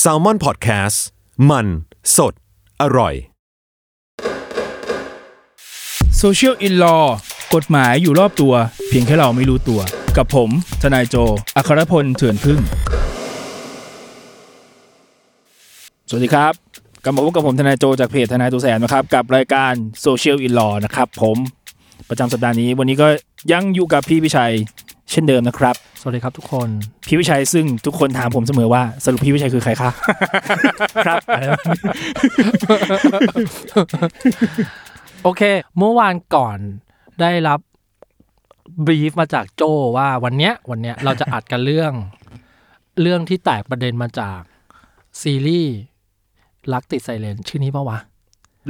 แซลมอนพอดแคสต์มันสดอร่อย Social in Law กฎหมายอยู่รอบตัว เพียงแค่เราไม่รู้ตัว กับผม ทนายโจ อัครพล เถื่อนพึ่ง สวัสดีครับ กลับมาพบกับผมทนายโจจากเพจทนายตัวแสนนะครับ กับรายการ Social in Law นะครับผมประจำสัปดาห์นี้ วันนี้ก็ยังอยู่กับพี่วิชัยเช่นเดิมนะครับ สวัสดีครับทุกคน พี่วิชัยซึ่งทุกคนถามผมเสมอว่าสรุปพี่วิชัยคือใครคะ ครับ โอเค เมื่อวานก่อนได้รับบรีฟมาจากโจว่าวันเนี้ยวันเนี้ยเราจะอัดกันเรื่อง เรื่องที่แตกประเด็นมาจากซีรีส์รักติดไซเลนชื่อนี้ปะวะ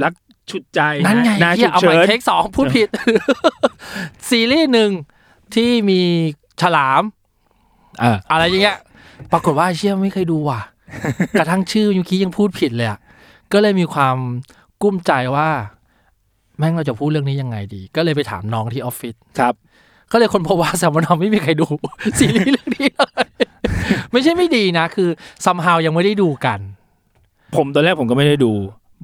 รักฉุดใจ นั่นไง นา เฮี ฉุ ย ด เอาให เฉิ ม่ น เทคสองพูดผิด ซีรีส์หนึ่งที่มีฉลาม เออ อะไรอย่างเงี้ย ปรากฏว่าเชี่ยไม่เคยดู ว่ะ กระทั่งชื่อเมื่อกี้ยังพูดผิดเลยอะก็เลยมีความกุ้มใจว่า แม่งเราจะพูดเรื่องนี้ยังไงดี ก็เลยไปถามน้องที่ออฟฟิศ ครับ ก็เลยคนพบว่าแซมมอนอมไม่มีใครดู ซีรีส์เรื่องนี้เลย ไม่ใช่ไม่ดีนะ คือซัมฮาวยังไม่ได้ดูกัน ผมตอนแรกผมก็ไม่ได้ดู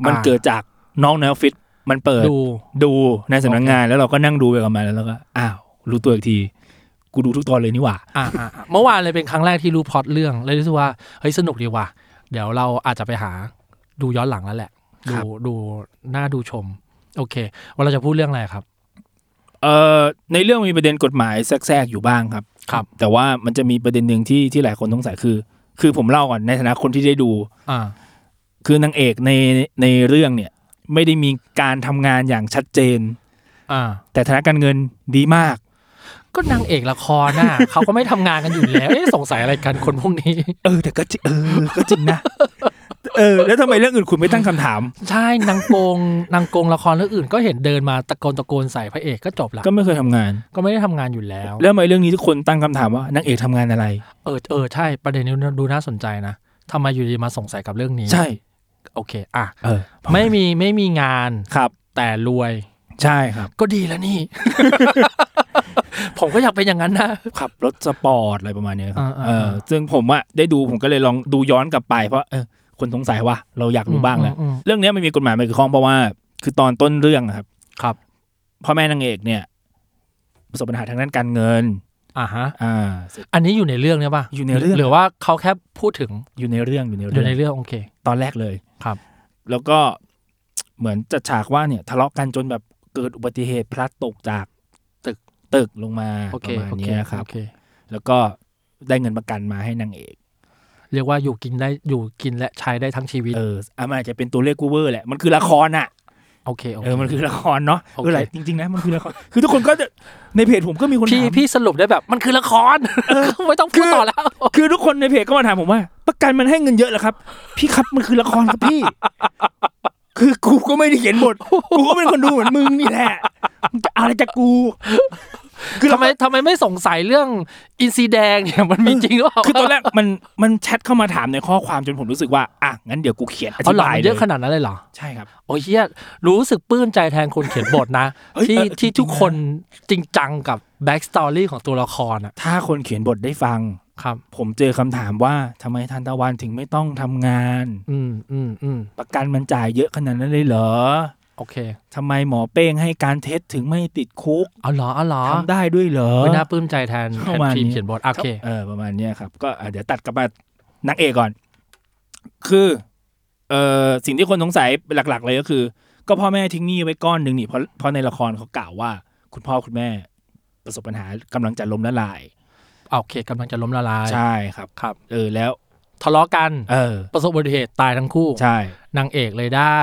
มัน อ่า เกิดจากน้องในออฟฟิศมันเปิด ดู ดูในสำนักงานแล้วเราก็นั่งดูไปกับมันแล้วเราก็อ้าวรู้ตัวอีกที กูดูทุกตอนเลยนี่หว่า อ่าอ่าอ่าเมื่อวานเลยเป็นครั้งแรกที่รู้พล็อตเรื่องเลยรู้สึกว่าเฮ้ยสนุกดีว่ะเดี๋ยวเราอาจจะไปหาดูย้อนหลังแล้วแหละ ค ดู รับ ดูหน้าดูชม โอเค ว่าเราจะพูดเรื่องอะไรครับ เอ่อในเรื่องมีประเด็นกฎหมายแทรกๆอยู่บ้างครับ ครับ แต่ว่ามันจะมีประเด็นหนึ่งที่ที่หลายคนสงสัยคือ คือผมเล่าก่อนในฐานะคนที่ได้ดู อ่า คือนางเอกในในเรื่องเนี่ย ไม่ได้มีการทำงานอย่างชัดเจน อ่า แต่ฐานะการเงินดีมาก ก็นางเอกละครน่ะ เขาก็ไม่ทำงานกันอยู่แล้วเอ๊ะสงสัยอะไรกันคนพวกนี้ เออ แต่ก็จริงเออก็จริงนะ เออ แล้วทำไมเรื่องอื่นคุณไม่ตั้งคำถาม ใช่นางโกงนางโกงละครเรื่องอื่น ก็เห็นเดินมาตะโกนตะโกนใส่พระเอกก็จบละ ก็ไม่เคยทำงาน ก็ไม่ได้ทำงานอยู่แล้ว แล้วทำไมเรื่องนี้ทุกคนตั้งคำถามว่านางเอกทำงานอะไร เออเออใช่ประเด็นนี้ดูน่าสนใจนะทำไมอยู่ดีมาสงสัยกับเรื่องนี้ ใช่ โอเค อ่ะ เออ ไม่มีไม่มีงาน ครับ แต่รวย ใช่ครับ ก็ดีแล้วนี่ ผมก็อยากเป็นอย่างนั้นนะ ขับรถสปอร์ตอะไรประมาณเนี้ยครับ อ่าๆๆ เออซึ่งผมอะได้ดูผมก็เลยลองดูย้อนกลับไปเพราะเออคนสงสัยว่าเราอยากรู้บ้างแหละ อืมอืม เรื่องเนี้ยมันมีกฎหมายมาเกี่ยวข้องเพราะว่า คือตอนต้นเรื่องอะครับ ครับ พ่อแม่นางเอกเนี่ย ประสบปัญหาทางด้านการเงิน อ่าฮะ อ่า อันนี้อยู่ในเรื่องเนี่ยป่ะ อยู่ในเรื่อง หรือว่าเขาแค่พูดถึง อยู่ในเรื่องอยู่ใน อ เรื่อยู่ง ในเรื่องโอเค ตอนแรกเลย ครับ แล้วก็เหมือนจัดฉากว่าเนี่ย ทะเลาะกันจนแบบเกิดอุบัติเหตุพลัดตกจากตึกตึกลงมา โอเค ประมาณ โอเค เนี้ยครับ โอเค แล้วก็ได้เงินประกันมาให้นางเอก เรียกว่าอยู่กินได้อยู่กินและใช้ได้ทั้งชีวิต เอออ่ะมันอาจจะเป็นตัวเลขกูเวอร์แหละ มันคือละครอ่ะ โอเคโอเค เออ มันคือละครเนาะ โอเค เออหลายจริงๆนะ มันคือละคร คือทุกคนก็จะ ในเพจผมก็มีคน พี่ ถาม พี่สรุปได้แบบ มันคือละคร ไม่ต้องพูดต่อแล้ว คือทุกคนในเพจก็มาถามผมว่า ประกันมันให้เงินเยอะเหรอครับ พี่ครับ มันคือละครครับพี่ คือกูก็ไม่ได้เขียนบท กูก็เป็นคนดูเหมือนมึงนี่แหละมึงจะเอาอะไรจากกู คือ ทำ ทำ ไม ไม ทำไมไม่สงสัยเรื่องอินซีแดงเนี่ยมันมีจริงหรือเปล่า คือตอนแรกมัน มันแชทเข้ามาถามในข้อความจนผมรู้สึกว่า อ่ะ งั้นเดี๋ยวกูเขียนอ เอาหลอบธิาย มัน เล เย ย อะขนาดนั้นเลยเหรอ ใช่ครับ โอ้ยเฮียรู้สึกปลื้มใจแทนคนเขียนบทนะ เอ้ย ที่ เออ ที่ จริงๆ ทุกคนจริงจังกับแบ็กสตอรี่ของตัวละครอะ ถ้าคนเขียนบทได้ฟัง ครับ ผมเจอคำถามว่าทำไมทันตะวันถึงไม่ต้องทำงาน อืมอืมอืม ประกันมันจ่ายเยอะขนาดนั้นเลยเหรอ โอเค ทำไมหมอเป้งให้การเท็จถึงไม่ติดคุก เอาเหรอเอาเหรอ ทำได้ด้วยเหรอ เฮ้ยน่าปลื้มใจแทนแท ประ น มาณนี้ ทีมเขียนบทโอเค เออประมาณเนี้ยครับ ก็อ่ะเดี๋ยวตัดกลับมานางเอกก่อน คือเออสิ่งที่คนสงสัยหลัก ๆ เลยก็คือ ก็พ่อแม่ทิ้งหนี้ไว้ก้อนหนึ่งนี่เพราะเพราะในละครเขากล่าวว่า คุณพ่อคุณแม่ ประสบปัญหากำลังจะล้มละลาย โอเคกำลังจะล้มละลาย ใช่ครับ ครับ เออแล้ว ทะเลาะกัน เออ ประสบอุบัติเหตุตายทั้งคู่ ใช่ นางเอกเลยได้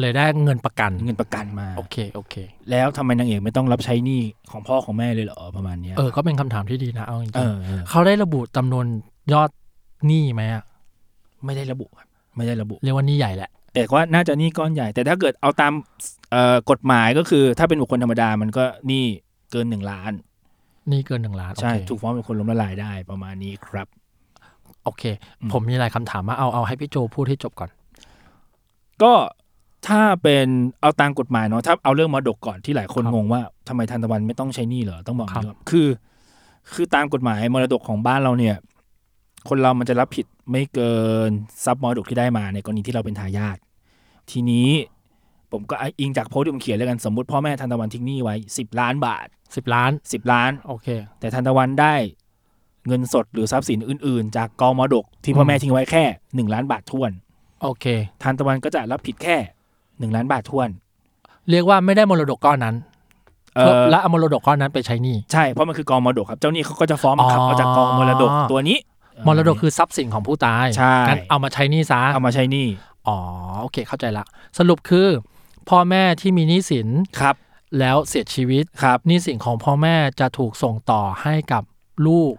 เลยได้เงินประกัน เงินประกันมา โอเคโอเค แล้วทำไมนางเอกไม่ต้องรับใช้หนี้ของพ่อของแม่เลยเหรอประมาณเนี้ย เออ ก็เป็นคำถามที่ดีนะเอาจริง เออเออ ๆเขาได้ระบุจำนวนยอดหนี้ไหมอะ ไม่ได้ระบุครับไม่ได้ระบุ เรียกว่าหนี้ใหญ่แหละ แต่ว่าน่าจะหนี้ก้อนใหญ่ แต่ถ้าเกิดเอาตามเอ่อกฎหมายก็คือ ถ้าเป็นบุคคลธรรมดามันก็หนี้เกินหนึ่งล้าน หนี้เกินหนึ่งล้าน ใช่ โอเค ถูกฟ้องเป็นคนล้มละลายได้ประมาณนี้ครับ โอเค อืม ผมมีหลายคำถามมาเอาเอาให้พี่โจพูดให้จบก่อน ก็ถ้าเป็นเอาตามกฎหมายเนาะถ้าเอาเรื่องมรดกก่อนที่หลายคน ครับ งงว่าทำไมทันตะวันไม่ต้องใช้หนี้เหรอต้องบอกอย่างนี้ ครับ ก่อนคือ คือตามกฎหมายมรดกของบ้านเราเนี่ย คนเรามันจะรับผิดไม่เกินทรัพย์มรดกที่ได้มาในกรณีที่เราเป็นทายาททีนี้ผมก็อิงจากโพสต์ที่ผมเขียนแล้วกันสมมติพ่อแม่ทันตะวันทิ้งหนี้ไว้สิบล้านบาท สิบล้าน สิบล้าน โอเค แต่ทันตะวันได้เงินสดหรือทรัพย์สินอื่น ๆ จากกองมรดกที่พ่อแม่ทิ้งไว้แค่หนึ่งล้านบาททวน โอเค ทานตะวันก็จะรับผิดแค่หนึ่งล้านบาททวน เรียกว่าไม่ได้มรดกก้อนนั้น เออ และเอามรดกก้อนนั้นไปใช้หนี้ ใช่เพราะมันคือกองมรดกครับ เจ้าหนี้เขาก็จะฟ้องบังคับ อ๋อ เอาจากกองมรดกตัวนี้ มรดกคือทรัพย์สินของผู้ตาย ใช่ งั้นเอามาใช้หนี้ซะ เอามาใช้หนี่ อ๋อ โอเค เข้าใจละ สรุปคือ พ่อแม่ที่มีหนี้สิน ครับ แล้วเสียชีวิต ครับ หนี้สินของพ่อแม่จะถูกส่งต่อให้กับลูก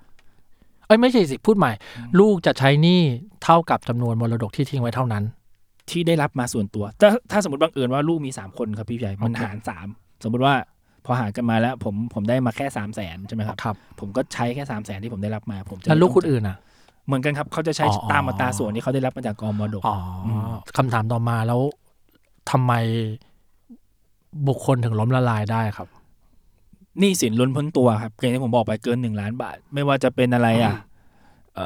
เอ้ยไม่ใช่สิพูดใหม่ ลูกจะใช้หนี้เท่ากับจำนวนมรดกที่ทิ้งไว้เท่านั้น ที่ได้รับมาส่วนตัว ถ้าถ้าสมมติบังเอิญว่าลูกมีสามคนครับพี่ใหญ่มัน โอเค หารสามสมมติว่าพอหารกันมาแล้ว ผมผมได้มาแค่สามแสนใช่ไหมครับ ครับ ผมก็ใช้แค่สามแสนที่ผมได้รับมา ผมจะ แล้วลูกคนอื่นอ่ะ เหมือนกันครับเขาจะใช้ อ๋อ ตามอัตราส่วนที่เขาได้รับมาจากกองมรดก อ๋ออ ม คำถามต่อมาแล้วทำไมบุคคลถึงล้มละลายได้ครับ หนี้สินล้นพ้นตัวครับอย่างที่ผมบอกไปเกินหนึ่งล้านบาท ไม่ว่าจะเป็นอะไรอ่ะ เอ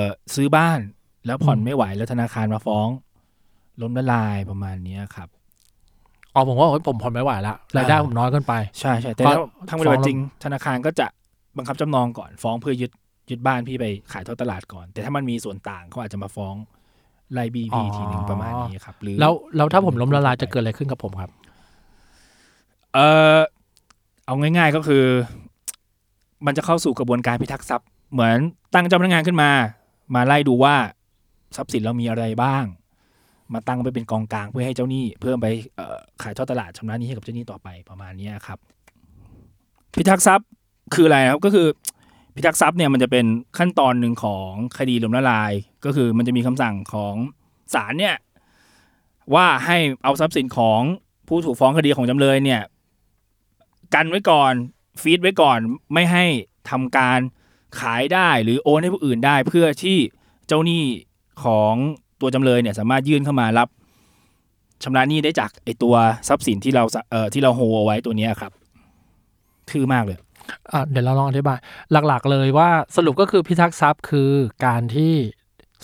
อซื้อบ้านแล้วผ่อน อืม ไม่ไหวแล้วธนาคารมาฟ้อง ล้มละลายประมาณเนี้ยครับ อ๋อผมว่าโอ๊ยผมผ่อนไม่ไหวละรายได้ อ่า ผมน้อยเกินไป ใช่ใช่แต่ ฟ้อง ถ้าทั้งหมด ฟ้องแล้ว จริง ธนาคารก็จะบังคับจำนองก่อนฟ้องเพื่อยึดยึดบ้านพี่ไปขายทอดตลาดก่อน แต่ถ้ามันมีส่วนต่างเขาอาจจะมาฟ้องไล่บีพีทีหนึ่งประมาณนี้ครับหรือ แล้วแล้วถ้าผมล้มละลายจะเกิดอะไรขึ้นกับผมครับ เออเอาง่าย ๆก็คือ มันจะเข้าสู่กระบวนการพิทักษ์ทรัพย์ เหมือนตั้งเจ้าพนักงานขึ้นมา มาไล่ดูว่าทรัพย์สินเรามีอะไรบ้าง มาตั้งไปเป็นกองกลางเพื่อให้เจ้าหนี้เพื่อไปเอ่อขายทอดตลาดชำระหนี้ให้กับเจ้าหนี้ต่อไปประมาณเนี้ยครับ พิทักษ์ทรัพย์คืออะไรนะครับก็คือ พิทักษ์ทรัพย์เนี่ยมันจะเป็นขั้นตอนหนึ่งของคดีล้มละลาย ก็คือมันจะมีคำสั่งของศาลเนี่ยว่าให้เอาทรัพย์สินของผู้ถูกฟ้องคดีของจำเลยเนี่ย กันไว้ก่อนฟีดไว้ก่อนไม่ให้ทำการขายได้หรือโอนให้ผู้อื่นได้เพื่อที่เจ้าหนี้ของตัวจำเลยเนี่ยสามารถยื่นเข้ามารับชำระหนี้ได้จากไอตัวทรัพย์สินที่เราสะเอ่อที่เราโฮเอาไว้ตัวเนี้ยครับทื่อมากเลย อ่ะเดี๋ยวเราลองอธิบาย หลักๆเลยว่าสรุปก็คือพิทักษ์ทรัพย์คือการที่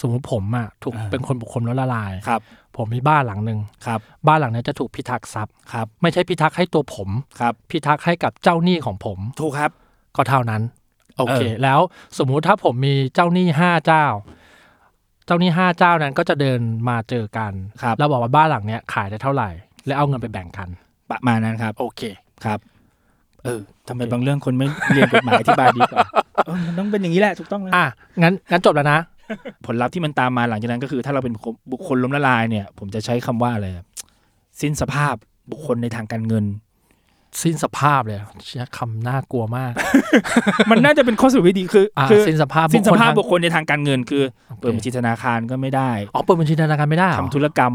สมมติผมอ่ะถูก อ่า เป็นคนบุคคลล้มละลาย ครับ ผมมีบ้านหลังหนึ่ง ครับ บ้านหลังเนี้ยจะถูกพิทักษ์ทรัพย์ ครับ ไม่ใช่พิทักษ์ให้ตัวผม ครับ พิทักษ์ให้กับเจ้าหนี้ของผม ถูกครับ ก็เท่านั้น โอเค เออ แล้วสมมุติถ้าผมมีเจ้าหนี้ห้าเจ้า เจ้าหนี้ห้าเจ้านั้นก็จะเดินมาเจอกัน ครับ แล้วบอกว่าบ้านหลังเนี้ยขายได้เท่าไหร่ แล้วเอาเงินไปแบ่งกัน ประมาณนั้นครับ โอเค ครับเออทำไมบางเรื่องคนไม่เรียนกฎหมายอธิบายดีกว่าเออมันต้องเป็นอย่างนี้แหละถูกต้องแล้ว อ่ะงั้นงั้นจบแล้วนะ ผลลัพธ์ที่มันตามมาหลังจากนั้นก็คือ ถ้าเราเป็นบุคคลล้มละลายเนี่ย ผมจะใช้คำว่าอะไรอะสิ้นสภาพบุคคลในทางการเงิน สิ้นสภาพเลยเชี่ยคำน่ากลัวมาก มันน่าจะเป็นข้อสรุปที่ดีคือ อ่ะ คื สิ้นสภาพ สิ้นสภาพ บุ บุ ค ค คล คลในทางการเงิน คือ ทาง เปิดบัญชีธนาคารก็ไม่ได้ อ๋อเปิดบัญชีธนาคารไม่ได้เหร ทำ อ ธุรกรรม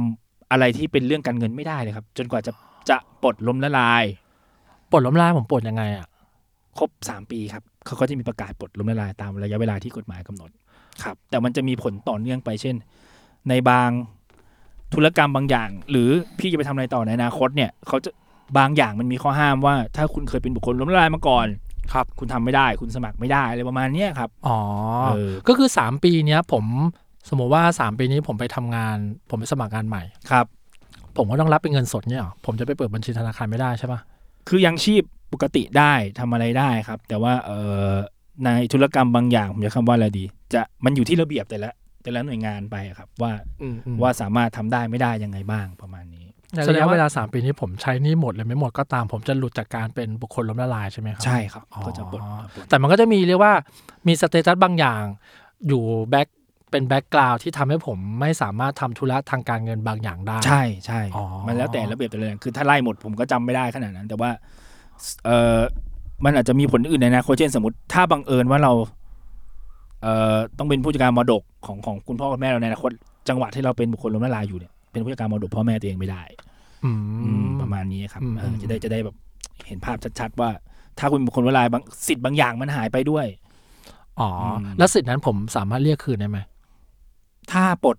อะไรที่เป็นเรื่องการเงินไม่ได้เลยครับ จนกว่าจะจะปลดล้มละลาย ปลดล้มละลายผมปลดยังไงอ่ะ ครบสามปีครับเขาก็จะมีประกาศปลดล้มละลายตามระยะเวลาที่กฎหมายกำหนดครับ แต่มันจะมีผลต่อเนื่องไปเช่น ในบางธุรกรรมบางอย่าง หรือพี่จะไปทำอะไรต่อในอนาคตเนี่ยเขาจะบางอย่างมันมีข้อห้ามว่า ถ้าคุณเคยเป็นบุคคลล้มละลายมาก่อนครับ คุณทำไม่ได้ คุณสมัครไม่ได้อะไรประมาณเนี้ยครับ อ๋อ เออ ก็คือ 3 ปีเนี้ยผมสมมติว่า 3 ปีนี้ผมไปทำงาน ผมไปสมัครงานใหม่ ครับ ผมก็ต้องรับเป็นเงินสดเนี่ยเหรอผมจะไปเปิดบัญชีธนาคารไม่ได้ใช่ปะ คือยังชีพปกติได้ทำอะไรได้ครับ แต่ว่าเออในธุรกรรมบางอย่างผมจะคำว่าอะไรดี จะมันอยู่ที่ระเบียบแต่ละแต่ละหน่วยงานไปอะครับ ว่าว่าสามารถทำได้ไม่ได้ยังไงบ้างประมาณนี้ ในระยะเวลา 3 ปีนี้ผมใช้หนี่หมดหรือไม่หมดก็ตาม ผมจะหลุดจากการเป็นบุคคลล้มละลายใช่ไหมครั ใช่ครับ อ๋อ ก็จะปลด แต่มันก็จะมีเรียกว่ามีสเตตัสบางอย่าง อยู่แบ็คเป็นแบ็กกราวที่ทำให้ผมไม่สามารถทำธุระทางการเงินบางอย่างได้ ใช่ใช่ อ๋อ มันแล้วแต่ระเบียบแต่ละอย่างคือถ้าไล่หมดผมก็จำไม่ได้ขนาดนั้น แต่ว่าเออมันอาจจะมีผลอื่นในอนาคตเช่นสมมติถ้าบังเอิญว่าเราเอ่อต้องเป็นผู้จัดการมรดกของของคุณพ่อคุณแม่เราในอนาคตจังหวะที่เราเป็นบุคคลล้มละลายอยู่เนี่ยเป็นผู้จัดการมรดกพ่อแม่ตัวเองไม่ได้ อื อืม ม ประมาณนี้ครับ อืม เอออ ม จะได้จะได้แบบเห็นภาพชัดๆว่า ถ้าคุณเป็นบุคคลล้มละลายบางสิทธิ์บางอย่างมันหายไปด้วย อ๋ออ ม แล้วสิทธิ์นั้นผมสามารถเรียกคืนได้ไหม ถ้าปลด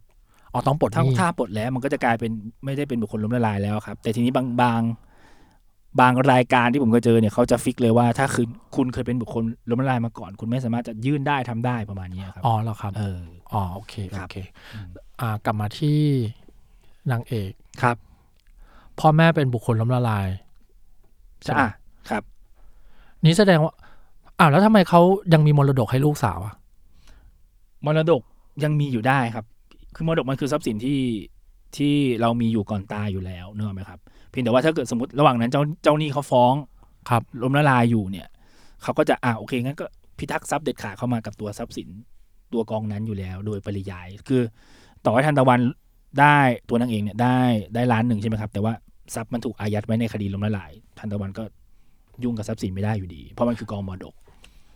อ๋อต้องปลดห ถ้า นี้ ถ้าปลดแล้วมันก็จะกลายเป็นไม่ได้เป็นบุคคลล้มละลายแล้วครับ แต่ทีนี้บางบาง บางรายการที่ผมเคยเจอเนี่ยเขาจะฟิกเลยว่าถ้าคือคุณเคยเป็นบุคคลล้มละลายมาก่อน คุณไม่สามารถจะยื่นได้ทำได้ประมาณเนี้ยครับ อ๋อเหรอครับ เออ อ๋อโอเคโอ ครับ เคอ่ากลับมาที่นางเอก ครับ พ่อแม่เป็นบุคคลล้มละลาย ใช่อ่ะครับ นี่แสดงว่าอ้าวแล้วทำไมเขายังมีมรดกให้ลูกสาวอะ มรดกยังมีอยู่ได้ครับ คือมรดกมันคือทรัพย์สินที่ที่เรามีอยู่ก่อนตายอยู่แล้วเนกอะไหมครับ เพียงแต่ว่าถ้าเกิดสมมติระหว่างนั้นเจ้าเจ้าหนี้เขาฟ้อง ครับ ล้มละลายอยู่เนี่ย เขาก็จะอ่าโอเคงั้นก็พิทักษ์ทรัพย์เด็ดขาดเข้ามากับตัวทรัพย์สินตัวกองนั้นอยู่แล้ว โดยปริยาย คือ ต่อให้ทันตะวันได้ตัวนางเอกเนี่ยได้ได้ล้านหนึ่งใช่ไหมครับ แต่ว่าทรัพย์มันถูกอายัดไว้ในคดีล้มละลาย ทันตะวันก็ยุ่งกับทรัพย์สินไม่ได้อยู่ดี เพราะมันคือกองมรดก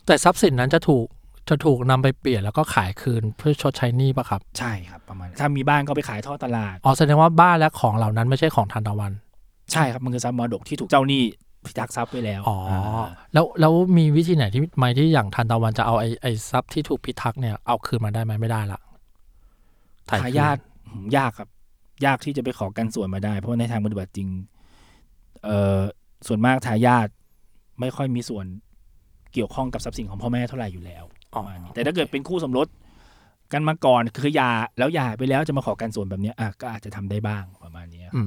แต่ทรัพย์สินนั้นจะถูกจะถูกนำไปเปลี่ยนแล้วก็ขายคืนเพื่อชดใช้หนี้ปะครับ ใช่ครับประมาณนั้นถ้ามีบ้านก็ไปขายท่อตลาด อ๋อแสดงว่าบ้านและของเหล่านั้นไม่ใช่ของทันตะวัน ใช่ครับ มันคือทรัพย์มรดกที่ถูกเจ้าหนี้พิทักษ์ทรัพย์ไว้แล้ว อ๋ออา แล้วแล้วมีวิธีไหนที่ไหมที่อย่างทันตะวันจะเอาไอ้ไอ้ทรัพย์ที่ถูกพิทักษ์เนี่ยเอาคืนมาได้ไหมไม่ได้ละถ่คืน ทายาทอืมยากครับ ยากที่จะไปขอกันส่วนมาได้ เพราะในทางปฏิบัติจริง เอ่อส่วนมากทายาทไม่ค่อยมีส่วนเกี่ยวข้องกับทรัพย์สินของพ่อแม่เท่าไหร่อยู่แล้วปอ๋อระมาณนี้แต่ถ้าเกิดเป็นคู่สมรสกันมาก่อนคือหย่าแล้วหย่าไปแล้วจะมาขอกันส่วนแบบเนี้ยอ่ะก็อาจจะทำได้บ้างประมาณเนี้ย อื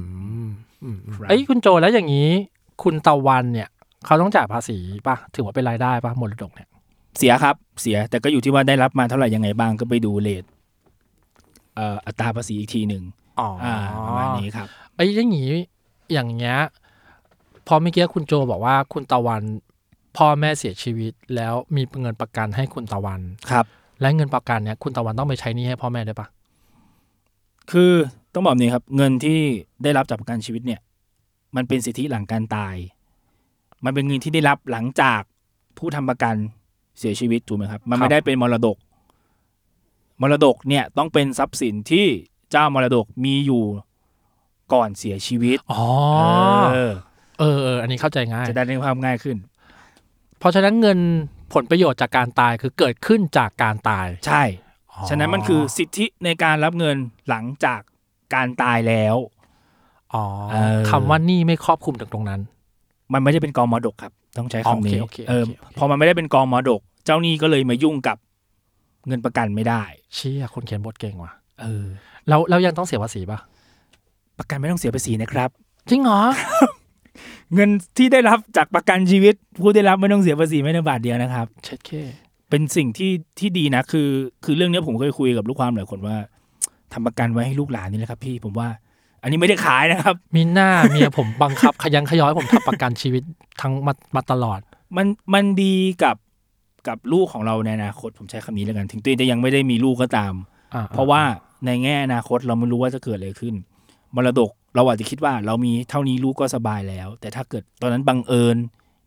มอืม ครับ เอ้ยคุณโจแล้วอย่างนี้ คุณตะวันเนี่ยเขาต้องจ่ายภาษีปะถือว่าเป็นรายได้ปะมรดกเนี่ย เสียครับ เสียแต่ก็อยู่ที่ว่าได้รับมาเท่าไหร่ยังไงบ้างก็ไปดูเลทเอ่ออัตราภาษีอีกทีหนึ่ง อ๋ออ ่าประมาณนี้ครับ ไอ้ยอย่างนี้อย่างเงี้ยพอเมื่อกี้คุณโจบอกว่าคุณตะวันพ่อแม่เสียชีวิต แล้วมีเงินประกันให้คุณตะวัน ครับ และเงินประกันเนี้ยคุณตะวันต้องไปใช้หนี้ให้พ่อแม่ด้วยปะ คือต้องบอกแบบนี้ครับ เงินที่ได้รับจากประกันชีวิตเนี่ย มันเป็นสิทธิหลังการตาย มันเป็นเงินที่ได้รับหลังจากผู้ทำประกันเสียชีวิตถูกไหมครับ มันไม่ได้เป็นมรดก มรดกเนี่ยต้องเป็นทรัพย์สินที่เจ้ามรดกมีอยู่ก่อนเสียชีวิต อ๋อ เออ เออเอออันนี้เข้าใจง่าย จะได้ในความง่ายขึ้น เพราะฉะนั้นเงินผลประโยชน์จากการตายคือเกิดขึ้นจากการตาย ใช่ อ๋อ ฉะนั้นมันคือสิทธิในการรับเงินหลังจากการตายแล้ว อ๋อ เออ คำว่าหนี้ไม่ครอบคลุมถึงตรงนั้น มันไม่ได้เป็นกองมรดกครับ ต้องใช้คำนี้ โอเคโอเคโอเค เออ โอเค พอมันไม่ได้เป็นกองมรดก เจ้าหนี้ก็เลยมายุ่งกับเงินประกันไม่ได้ เชี่ยคนเขียนบทเก่งว่ะ เออ แล้วแล้วยังต้องเสียภาษีปะ ประกันไม่ต้องเสียภาษีนะครับ จริงเหรอ เงินที่ได้รับจากประกันชีวิต ผู้ได้รับไม่ต้องเสียภาษีไม่แต่บาทเดียวนะครับ เช็ดเค เป็นสิ่งที่ที่ดีนะคือ คือเรื่องเนี้ยผมเคยคุยกับลูกความหลายคนว่าทำประกันไว้ให้ลูกหลานนี่แหละครับ พี่ผมว่า อันนี้ไม่ได้ขายนะครับ มีหน้าเมียผมบังคับ ขยันขย้อยผมทำประกันชีวิตทั้งมามาตลอด มันมันดีกับกับลูกของเราในอนาคตผมใช้คำนี้แล้วกันถึงตัวเองจะยังไม่ได้มีลูกก็ตาม อ่ เพราะว่าในแง่อนาคตเราไม่รู้ว่าจะเกิดอะไรขึ้น มรดกเราอาจจะคิดว่าเรามีเท่านี้ลูกก็สบายแล้ว แต่ถ้าเกิดตอนนั้นบังเอิญ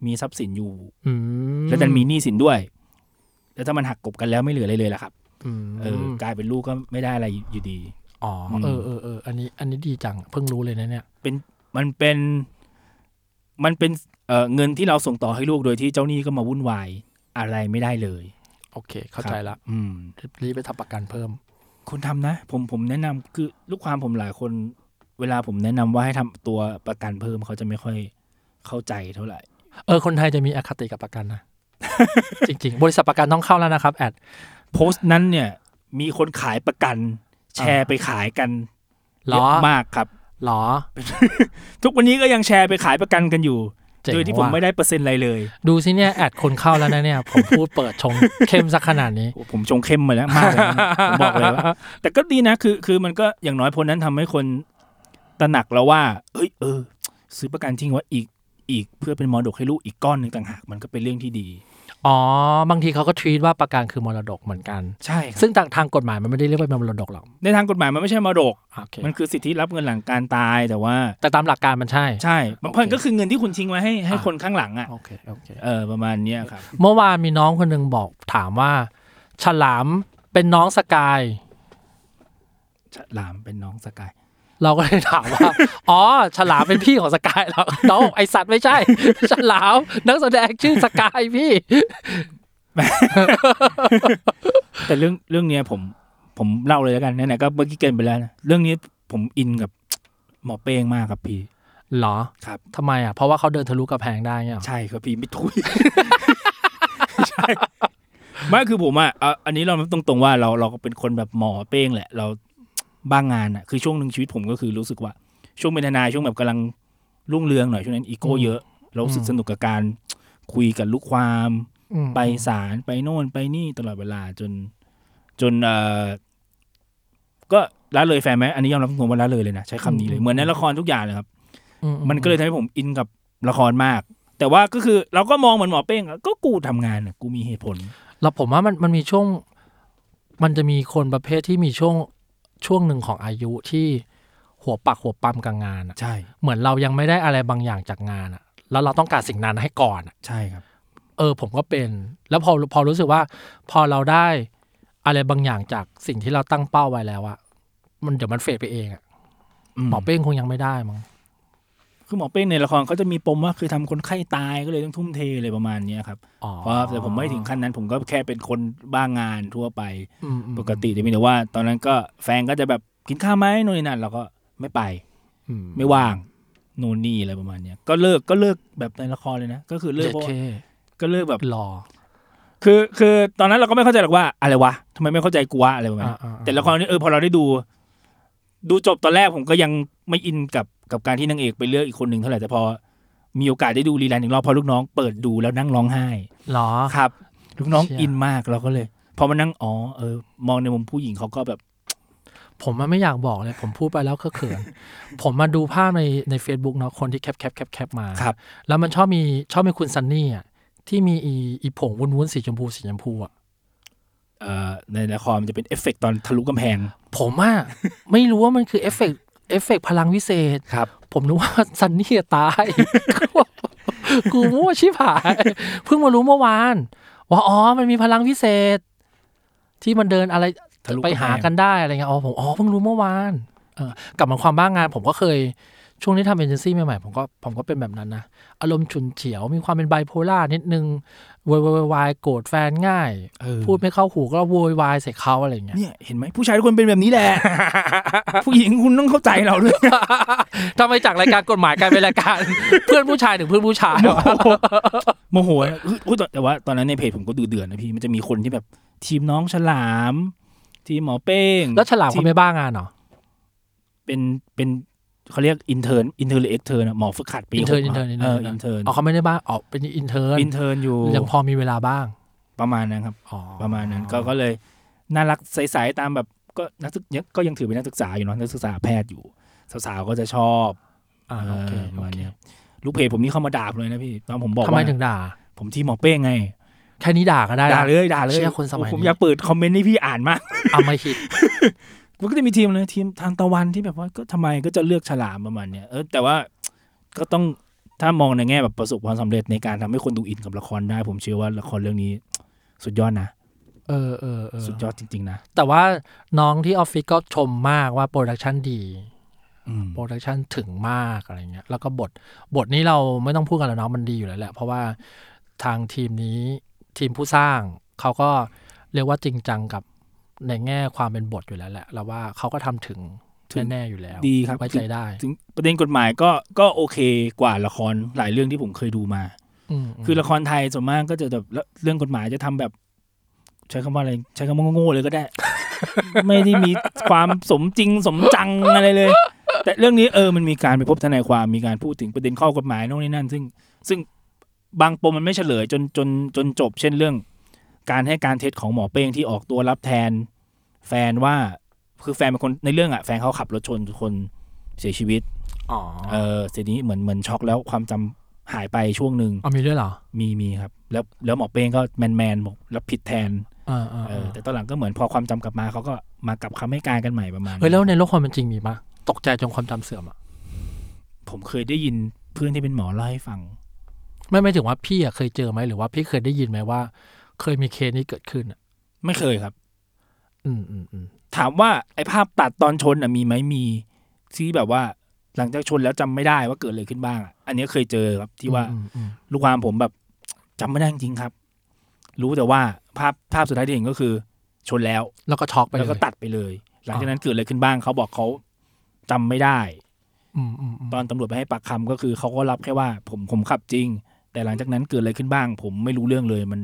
มีทรัพย์สินอยู่ อื แล้วดันมีหนี้สินด้วย แล้วถ้ามันหักกบกันแล้วไม่เหลืออะไรเลยล่ะครับ อืม เออกลายเป็นลูกก็ไม่ได้อะไรอยู่ดี อ๋อเออเออเอออันนี้ อันนี้ดีจัง เพิ่งรู้เลยนะเนี่ย มันเป็นมันเป็นเอ่อเงินที่เราส่งต่อให้ลูกโดยที่เจ้าหนี้ก็มาวุ่นวายอะไรไม่ได้เลย โอเค เข้าใจละ อืม รีบไปทำประกันเพิ่ม คุณทำนะ ผมผมแนะนำคือลูกความผมหลายคน เวลาผมแนะนำว่าให้ทำตัวประกันเพิ่มเขาจะไม่ค่อยเข้าใจเท่าไหร่ เออ คนไทยจะมีอคติกับประกัน นะ จริง ๆ บริษัทประกันต้องเข้าแล้วนะครับ แอด โพสต์นั้นเนี่ยมีคนขายประกัน แชร์ไปขายกัน เหร เย อ อะมากครับ หรอ ทุกวันนี้ก็ยังแชร์ไปขายประกันกันอยู่ เจ๋ง โดยที่ผม ว่ะ ไม่ได้เปอร์เซ็นต์อะไรเลย ดูสิเนี่ย แอดคนเข้าแล้วนะเนี่ย ผมพูดเปิดชง เข้มสักขนาดนี้ โอ้ผมชงเข้มมาแล้วมากเลยนะ ผมบอกเลยว่าแต่ก็ดีนะคือ คือมันก็อย่างน้อยโพสต์นั้นทำให้คนตระหนักแล้วว่า เอ้ยเออ ซื้อประกันทิ้งไว้อีกอีกเพื่อเป็นมรดกให้ลูกอีกก้อนหนึ่งต่างหากมันก็เป็นเรื่องที่ดี อ๋อ บางทีเขาก็ทวีตว่าประกันคือมรดกเหมือนกัน ใช่ครับ ซึ่งทางทางกฎหมายมันไม่ได้เรียกว่าเป็นมรดกหรอก ในทางกฎหมายมันไม่ใช่มรดก โอเค มันคือสิทธิรับเงินหลังการตายแต่ว่า แต่ตามหลักการมันใช่ ใช่มันเพิ่นก็คือเงินที่คุณทิ้งไว้ให้ให้ อ่ะ คนข้างหลังอ่ะ โอเคโอเค เออประมาณเนี้ยครับ เมื่อวานมีน้องคนหนึ่งบอกถามว่า ฉลามเป็นน้องสกาย ฉลามเป็นน้องสกาย เราก็เลยถามว่า อ๋อ ฉลามเป็นพี่ของสกายเหรอ น้องไอสัตว์ไม่ใช่ ฉลามนักแสดงชื่อสกายพี่ แต่เรื่องเรื่องเนี้ยผมผมเล่าเลยแล้วกันไหนๆก็เมื่อกี้เกรินไปแล้วนะเรื่องนี้ผมอินกับ หมอเป้งมากครับพี่ เหรอ ครับ ทำไมอ่ะ เพราะว่าเขาเดินทะลุกระแพงได้เงี้ยเหรอ ใช่ครับพี่ไม่ทุย ใช่ไม่คือผมอ่ะเอาอันนี้เราตรงๆว่าเราเราก็เป็นคนแบบหมอเป้งแหละ เราบ้างงานอ่ะคือช่วงหนึ่งชีวิตผมก็คือรู้สึกว่า ช่วงเป็นทนายช่วงแบบกำลังรุ่งเรืองหน่อยช่วงนั้นอีโก้เยอะเรารู้สึกสนุกกับการคุยกับลูกความ อืม ไปศาลไปโน่นไปนี่ตลอดเวลาจน จนเออก็ละเลยแฟนไหมอันนี้ยอมรับตรงๆว่าละเลยเลยนะใช้คำนี้เลยเหมือนในละครทุกอย่างเลยครับ อื มันก็เลยทำให้ผมอินกับละครมาก แต่ว่าก็คือเราก็มองเหมือนหมอเป้งอะก็กูทำงานน่ะกูมีเหตุผล แล้วผมว่ามันมันมีช่วง มันจะมีคนประเภทที่มีช่วงช่วงหนึ่งของอายุที่หัวปักหัวปั๊มกับงานอะ ใช่ เหมือนเรายังไม่ได้อะไรบางอย่างจากงานอะแล้วเราต้องการสิ่งนั้นให้ก่อนอะ ใช่ครับ เออผมก็เป็น แล้วพอพอรู้สึกว่า พอเราได้อะไรบางอย่างจากสิ่งที่เราตั้งเป้าไว้แล้วอะมันเดี๋ยวมันเฟดไปเองอะ อืม หมอเป้งคงยังไม่ได้มั้ง คือหมอเป้งในละครเขาจะมีปมว่าคือทำคนไข้ตายก็เลยต้องทุ่มเทอะไรประมาณเนี้ยครับ อ๋อ เพราะแต่ผมไม่ถึงขั้นนั้น ผมก็แค่เป็นคนบ้างงานทั่วไป อืมอืม ปกติแต่เพียงแต่ว่า ตอนนั้นก็แฟนก็จะแบบกินข้าวไหมโน่นนี่นั่นเราก็ไม่ไป อืม ไม่ว่างโน่นนี่อะไรประมาณเนี้ยก็เลิกก็เลิกแบบในละครเลยนะก็คือเลิก เจ็ด เพราะ เค ว่าก็เลิกแบบ รอ คือคือตอนนั้นเราก็ไม่เข้าใจหรอกว่าอะไรวะทำไมไม่เข้าใจกูวะอะไรประมาณนั้น อ่าอ่าอ่า แต่ละครนี้เออพอเราได้ดู ดูจบตอนแรกผมก็ยังไม่อินกับกับการที่นางเอกไปเลือกอีกคนหนึ่งเท่าไหร่แต่พอ มีโอกาสได้ดูรีรันอีกรอบพอลูกน้องเปิดดูแล้วนั่งร้องไห้ หรอ ครับ ลูกน้อง เชี่ย อินมากเราก็เลยพอมานั่งอ๋อเออ มองในมุมผู้หญิงเขาก็แบบ ผมมันไม่อยากบอกเลย ผมพูดไปแล้วก็เขิ น ผมมาดูภาพในใน Facebook เนาะคนที่แคปแคปแคปแคปมา ครับ แล้วมันชอบมีชอบมีคุณซันนี่อะที่มีอีอีผงวุ้นวุ้นๆสีชมพูสีชมพูอะ เอ่อในละครมันจะเป็นเอฟเฟกต์ตอนทะลุกำแพง ผมอะ ไม่รู้ว่ามันคือเอฟเฟกต์เอฟเฟกต์พลังวิเศษ ครับ ผมนึกว่า ซันนี่จะตาย กูมั่วชิบหาย เพิ่งมารู้เมื่อวาน ว่าอ๋อ มันมีพลังพิเศษ ที่มันเดินอะไร ทะลุกำแพง ไปหากันได้อะไรเงี้ยอ๋อผมอ๋อเพิ่งรู้เมื่อวานเออกลับมาความบ้างงาน ผมก็เคย ช่วงที่ทำเอเจนซี่ใหม่ๆผมก็ผมก็เป็นแบบนั้นนะ อารมณ์ฉุนเฉียวมีความเป็นไบโพล่านิดนึงโวยวายโวยวายโกรธแฟนง่าย พูดไม่เข้าหูก็โวยวายใส่เขาอะไรเงี้ย เนี่ยเห็นไหมผู้ชายทุกคนเป็นแบบนี้แหละ ผู้หญิงคุณต้องเข้าใจเราด้วย ทำไมจากรายการกฎหมายกลายเป็นราย การ เพื่อนผู้ชายถึงเพื่อนผู้ชาย โม วะ โหโมโหนะเฮ้ยอุ๊ยแต่แต่ว่าตอนนั้นในเพจผมก็ดูเดือดนะพี่ มันจะมีคนที่แบบทีมน้องฉลาม ทีมหมอเป้ง แล้วฉลามเขา ที ไม่บ้างานเหรอ เป็นเป็นเขาเรียกอินเทอร์นอินเทอร์หรือเอ็กเทอร์นหมอฝึกขัดปี อินเทอร์ หกะ intern intern เอออินเทอร์ อ๋อเขาไม่ได้บ้างอ๋อเป็นอินเทอร์ อินเทอร์อยู่ ยังพอมีเวลาบ้าง ประมาณนั้นครับ อ๋อ ประมาณนั้นก็ก็เลยน่ารักใสๆตามแบบก็นักศึกยังก็ยังถือเป็นนักศึกษาอยู่เนาะนักศึกษาแพทย์อยู่ สาวๆก็จะชอบ อ่า เอ โอเค อประ โอ มาณ เค เนี้ยลูกเพจผมนี่เข้ามาด่าผมเลยนะพี่ตอนผมบอก ทำไม ว่า ถึงด่า ผมทีมหมอเป้งไง แค่นี้ด่าก็ได้ ด่า แว เลยด่าเลย เชื่อคนสมัยนี้ ผมอยากเปิดคอมเมนต์ให้พี่อ่านมาก เอามาคิด มันก็จะมีทีมเลยทีมทางตะวันที่แบบว่าก็ทำไมก็จะเลือกฉลามประมาณเนี้ยเออแต่ว่าก็ต้องถ้ามองในแง่แบบประสบความสำเร็จในการทำให้คนดูอินกับละครได้ ผมเชื่อว่าละครเรื่องนี้ สุดยอดนะ เออเออเออ สุดยอดจริง ๆ นะ แต่ว่าน้องที่ออฟฟิศก็ชมมากว่าโปรดักชันดี อืม โปรดักชันถึงมากอะไรเงี้ยแล้วก็บทบทนี้เราไม่ต้องพูดกันแล้วเนาะมันดีอยู่แล้วแหละ เพราะว่าทางทีมนี้ทีมผู้สร้างเขาก็เรียกว่าจริงจังกับในแง่ความเป็นบทอยู่แล้วแหละเราว่าเขาก็ทำถึงแน่ๆอยู่แล้ว ดีครับ ไว้ใจได้ ถึงประเด็นกฎหมายก็ก็โอเคกว่าละครหลายเรื่องที่ผมเคยดูมา มม คือละครไทยส่วนมากก็จะแบบแล้วเรื่องกฎหมายจะทำแบบ ใช้คำว่าอะไรใช้คำว่าโง่ๆเลย ก็ได้ ไม่ได้มีความสมจริงสมจังอะไรเลย แต่เรื่องนี้เออมันมีการไปพบทนายความมีการพูดถึงประเด็นข้อกฎหมายโน่นนี่นั่น ซึ่งซึ่งบางปมมันไม่เฉลยจนจนจนจบ เช่นเรื่อง การให้การเท็จของหมอเป้งที่ออกตัวรับแทน แฟนว่าคือแฟนเป็นคนในเรื่องอ่ะแฟนเขาขับรถชนคนเสียชีวิต อ๋อ เออเสียนี้เหมือนเหมือนช็อกแล้วความจำหายไปช่วงหนึ่ง เอามีด้วยเหรอ มีมีครับ แล้วแล้วหมอเป้งก็แมนแมนๆบอกรับผิดแทน เออเออ เอ เอ อ อ แต่ตอนหลังก็เหมือนพอความจำกลับมาเขาก็มากลับคำให้การกันใหม่ประมาณ เฮ้ยแล้วในโลกความเป็นจริงมีปะตกใจจนความจำเสื่อมอ่ะ ผมเคยได้ยินเพื่อนที่เป็นหมอเล่าให้ฟัง ไม่ไม่ถึงว่าพี่อะเคยเจอไหมหรือว่าพี่เคยได้ยินไหมว่า เคยมีเคสนี้เกิดขึ้นอ่ะ ไม่เคยครับ อืมอืมอืม ถามว่าไอ้ภาพตัดตอนชนอ่ะมีไหมมีที่แบบว่าหลังจากชนแล้วจำไม่ได้ว่าเกิดอะไรขึ้นบ้างอะอันนี้เคยเจอครับที่ว่า อืมอืม ลูกความผมแบบจำไม่ได้จริงๆครับ รู้แต่ว่าภาพภาพสุดท้ายที่เห็นก็คือ ชนแล้ว แล้วก็ช็อกไปเลย แล้วก็ตัดไปเลย หลังจากนั้นเกิดอะไรขึ้นบ้างเขาบอกเขาจำไม่ได้ อืมอืมอืม ตอนตำรวจไปให้ปากคำก็คือเขาก็รับแค่ว่า ผมผมขับจริง แต่หลังจากนั้นเกิดอะไรขึ้นบ้าง ผมไม่รู้เรื่องเลยมัน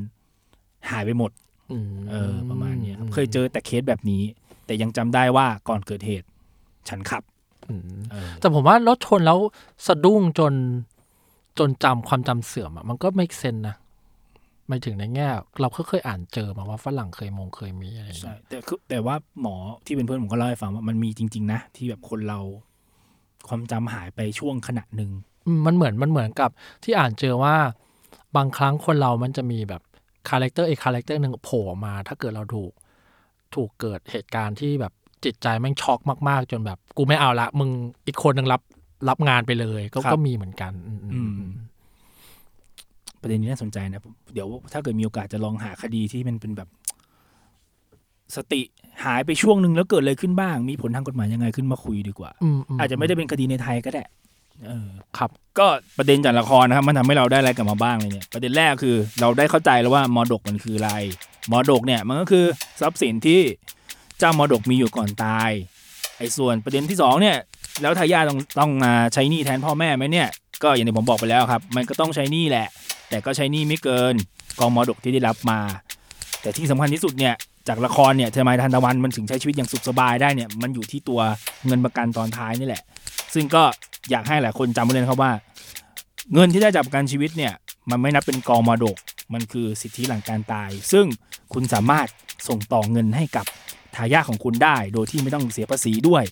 หายไปหมด อืม เออประมาณเนี้ยครับเคยเจอแต่เคสแบบนี้ แต่ยังจำได้ว่าก่อนเกิดเหตุ ฉันขับ อืม เออ แต่ผมว่ารถชนแล้วสะดุ้งจนจนจำความจำเสื่อมอะมันก็ไม่เซนนะไม่ถึงในแง่ เราก็เคยอ่านเจอมาว่าฝรั่งเคยมงเคยมีอะไรอย่าง ใช่ เงี้ย แต่คือแต่ว่าหมอที่เป็นเพื่อนผมก็เล่าให้ฟังว่ามันมีจริง ๆ นะ ที่แบบคนเรา ความจำหายไปช่วงขณะหนึ่ง อืมมันเหมือนมันเหมือนกับที่อ่านเจอว่าบางครั้งคนเรามันจะมีแบบคาแรคเตอร์เอกคาแรคเตอร์หนึ่งโผล่มา ถ้าเกิดเราถูกถูกเกิดเหตุการณ์ที่แบบจิตใจแม่งช็อกมาก ๆ จนแบบกูไม่เอาละมึงอีกคนหนึ่งรับรับงานไปเลย ก็ก็มีเหมือนกันอืมอืม อืม อืม ประเด็นนี้น่าสนใจนะผมเดี๋ยวถ้าเกิดมีโอกาสจะลองหาคดีที่มันเป็นแบบ สติหายไปช่วงหนึ่งแล้วเกิดอะไรขึ้นบ้าง มีผลทางกฎหมายยังไงขึ้นมาคุยดีกว่า อาจจะไม่ได้เป็นคดีในไทยก็ได้เออ ครับ ก็ประเด็นจากละครนะครับ มันทำให้เราได้อะไรกลับมาบ้างเลยเนี่ย ประเด็นแรกคือ เราได้เข้าใจแล้วว่ามรดกมันคืออะไรมรดกเนี่ย มันก็คือทรัพย์สินที่เจ้ามรดกมีอยู่ก่อนตาย ไอ้ส่วนประเด็นที่สองเนี่ย แล้วทายาทต้องต้องมาใช้หนี้แทนพ่อแม่ไหมเนี่ย ก็อย่างที่ผมบอกไปแล้วครับ มันก็ต้องใช้หนี้แหละ แต่ก็ใช้หนี้ไม่เกินกองมรดกที่ได้รับมา แต่ที่สำคัญที่สุดเนี่ยจากละครเนี่ยทำไมทันตะวันมันถึงใช้ชีวิตอย่างสุขสบายได้เนี่ยมันอยู่ที่ตัวเงินประกันตอนท้ายนี่แหละ ซึ่งก็อยากให้หลายคนจำไว้เลยนะครับว่า เงินที่ได้จากประกันชีวิตเนี่ย มันไม่นับเป็นกองมรดก มันคือสิทธิหลังการตาย ซึ่งคุณสามารถส่งต่อเงินให้กับทายาทของคุณได้ โดยที่ไม่ต้องเสียภาษีด้วย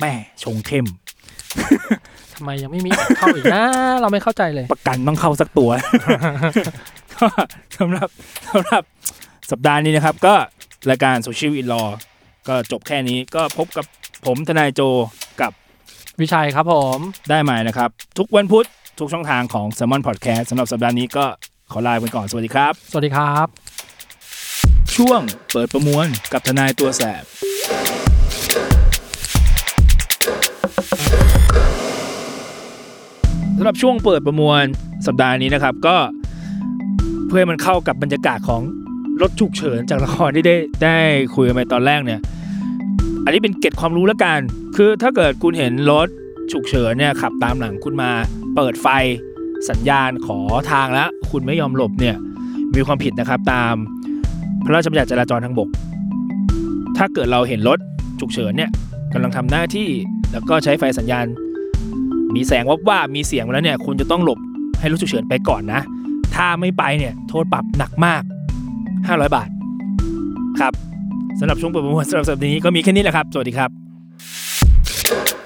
แม่ชงเข้ม ทำไมยังไม่มีเข้าอีกนะ เราไม่เข้าใจเลย ประกันต้องเข้าสักตัว ก็สำหรับสำหรับสัปดาห์นี้นะครับ ก็รายการ Social in Law ก็จบแค่นี้ก็พบกับผมทนายโจกับ วิชัยครับผม ได้ใหม่นะครับ ทุกวันพุธทุกช่องทางของ s ซ l m o n Podcast สำหรับสัปดาห์นี้ก็ขอลาไปก่อน สวัสดีครับ สวัสดีครับ ช่วงเปิดประมวลกับทนายตัวแสบสำหรับช่วงเปิดประมวลสัปดาห์นี้นะครับ ก็เพื่อให้มันเข้ากับบรรยากาศของรถฉุกเฉินจากละครที่ได้ได้คุยกันไปตอนแรกเนี่ย อันนี้เป็นเกร็ดความรู้ละกัน คือถ้าเกิดคุณเห็นรถฉุกเฉินเนี่ยขับตามหลังคุณมา เปิดไฟสัญญาณขอทางแล้ว คุณไม่ยอมหลบเนี่ยมีความผิดนะครับตาม พระราชบัญญัติจราจรทางบก ถ้าเกิดเราเห็นรถฉุกเฉินเนี่ยกำลังทำหน้าที่แล้วก็ใช้ไฟสัญญาณ มีแสงวับว่าบมีเสียงมาแล้วเนี่ย คุณจะต้องหลบให้รถฉุกเฉินไปก่อนนะ ถ้าไม่ไปเนี่ย โทษปรับหนักมาก 500 บาท ครับสำหรับช่วงเปิดประมวลสำหรับสัปดาห์นี้ก็มีแค่นี้แหละครับ สวัสดีครับ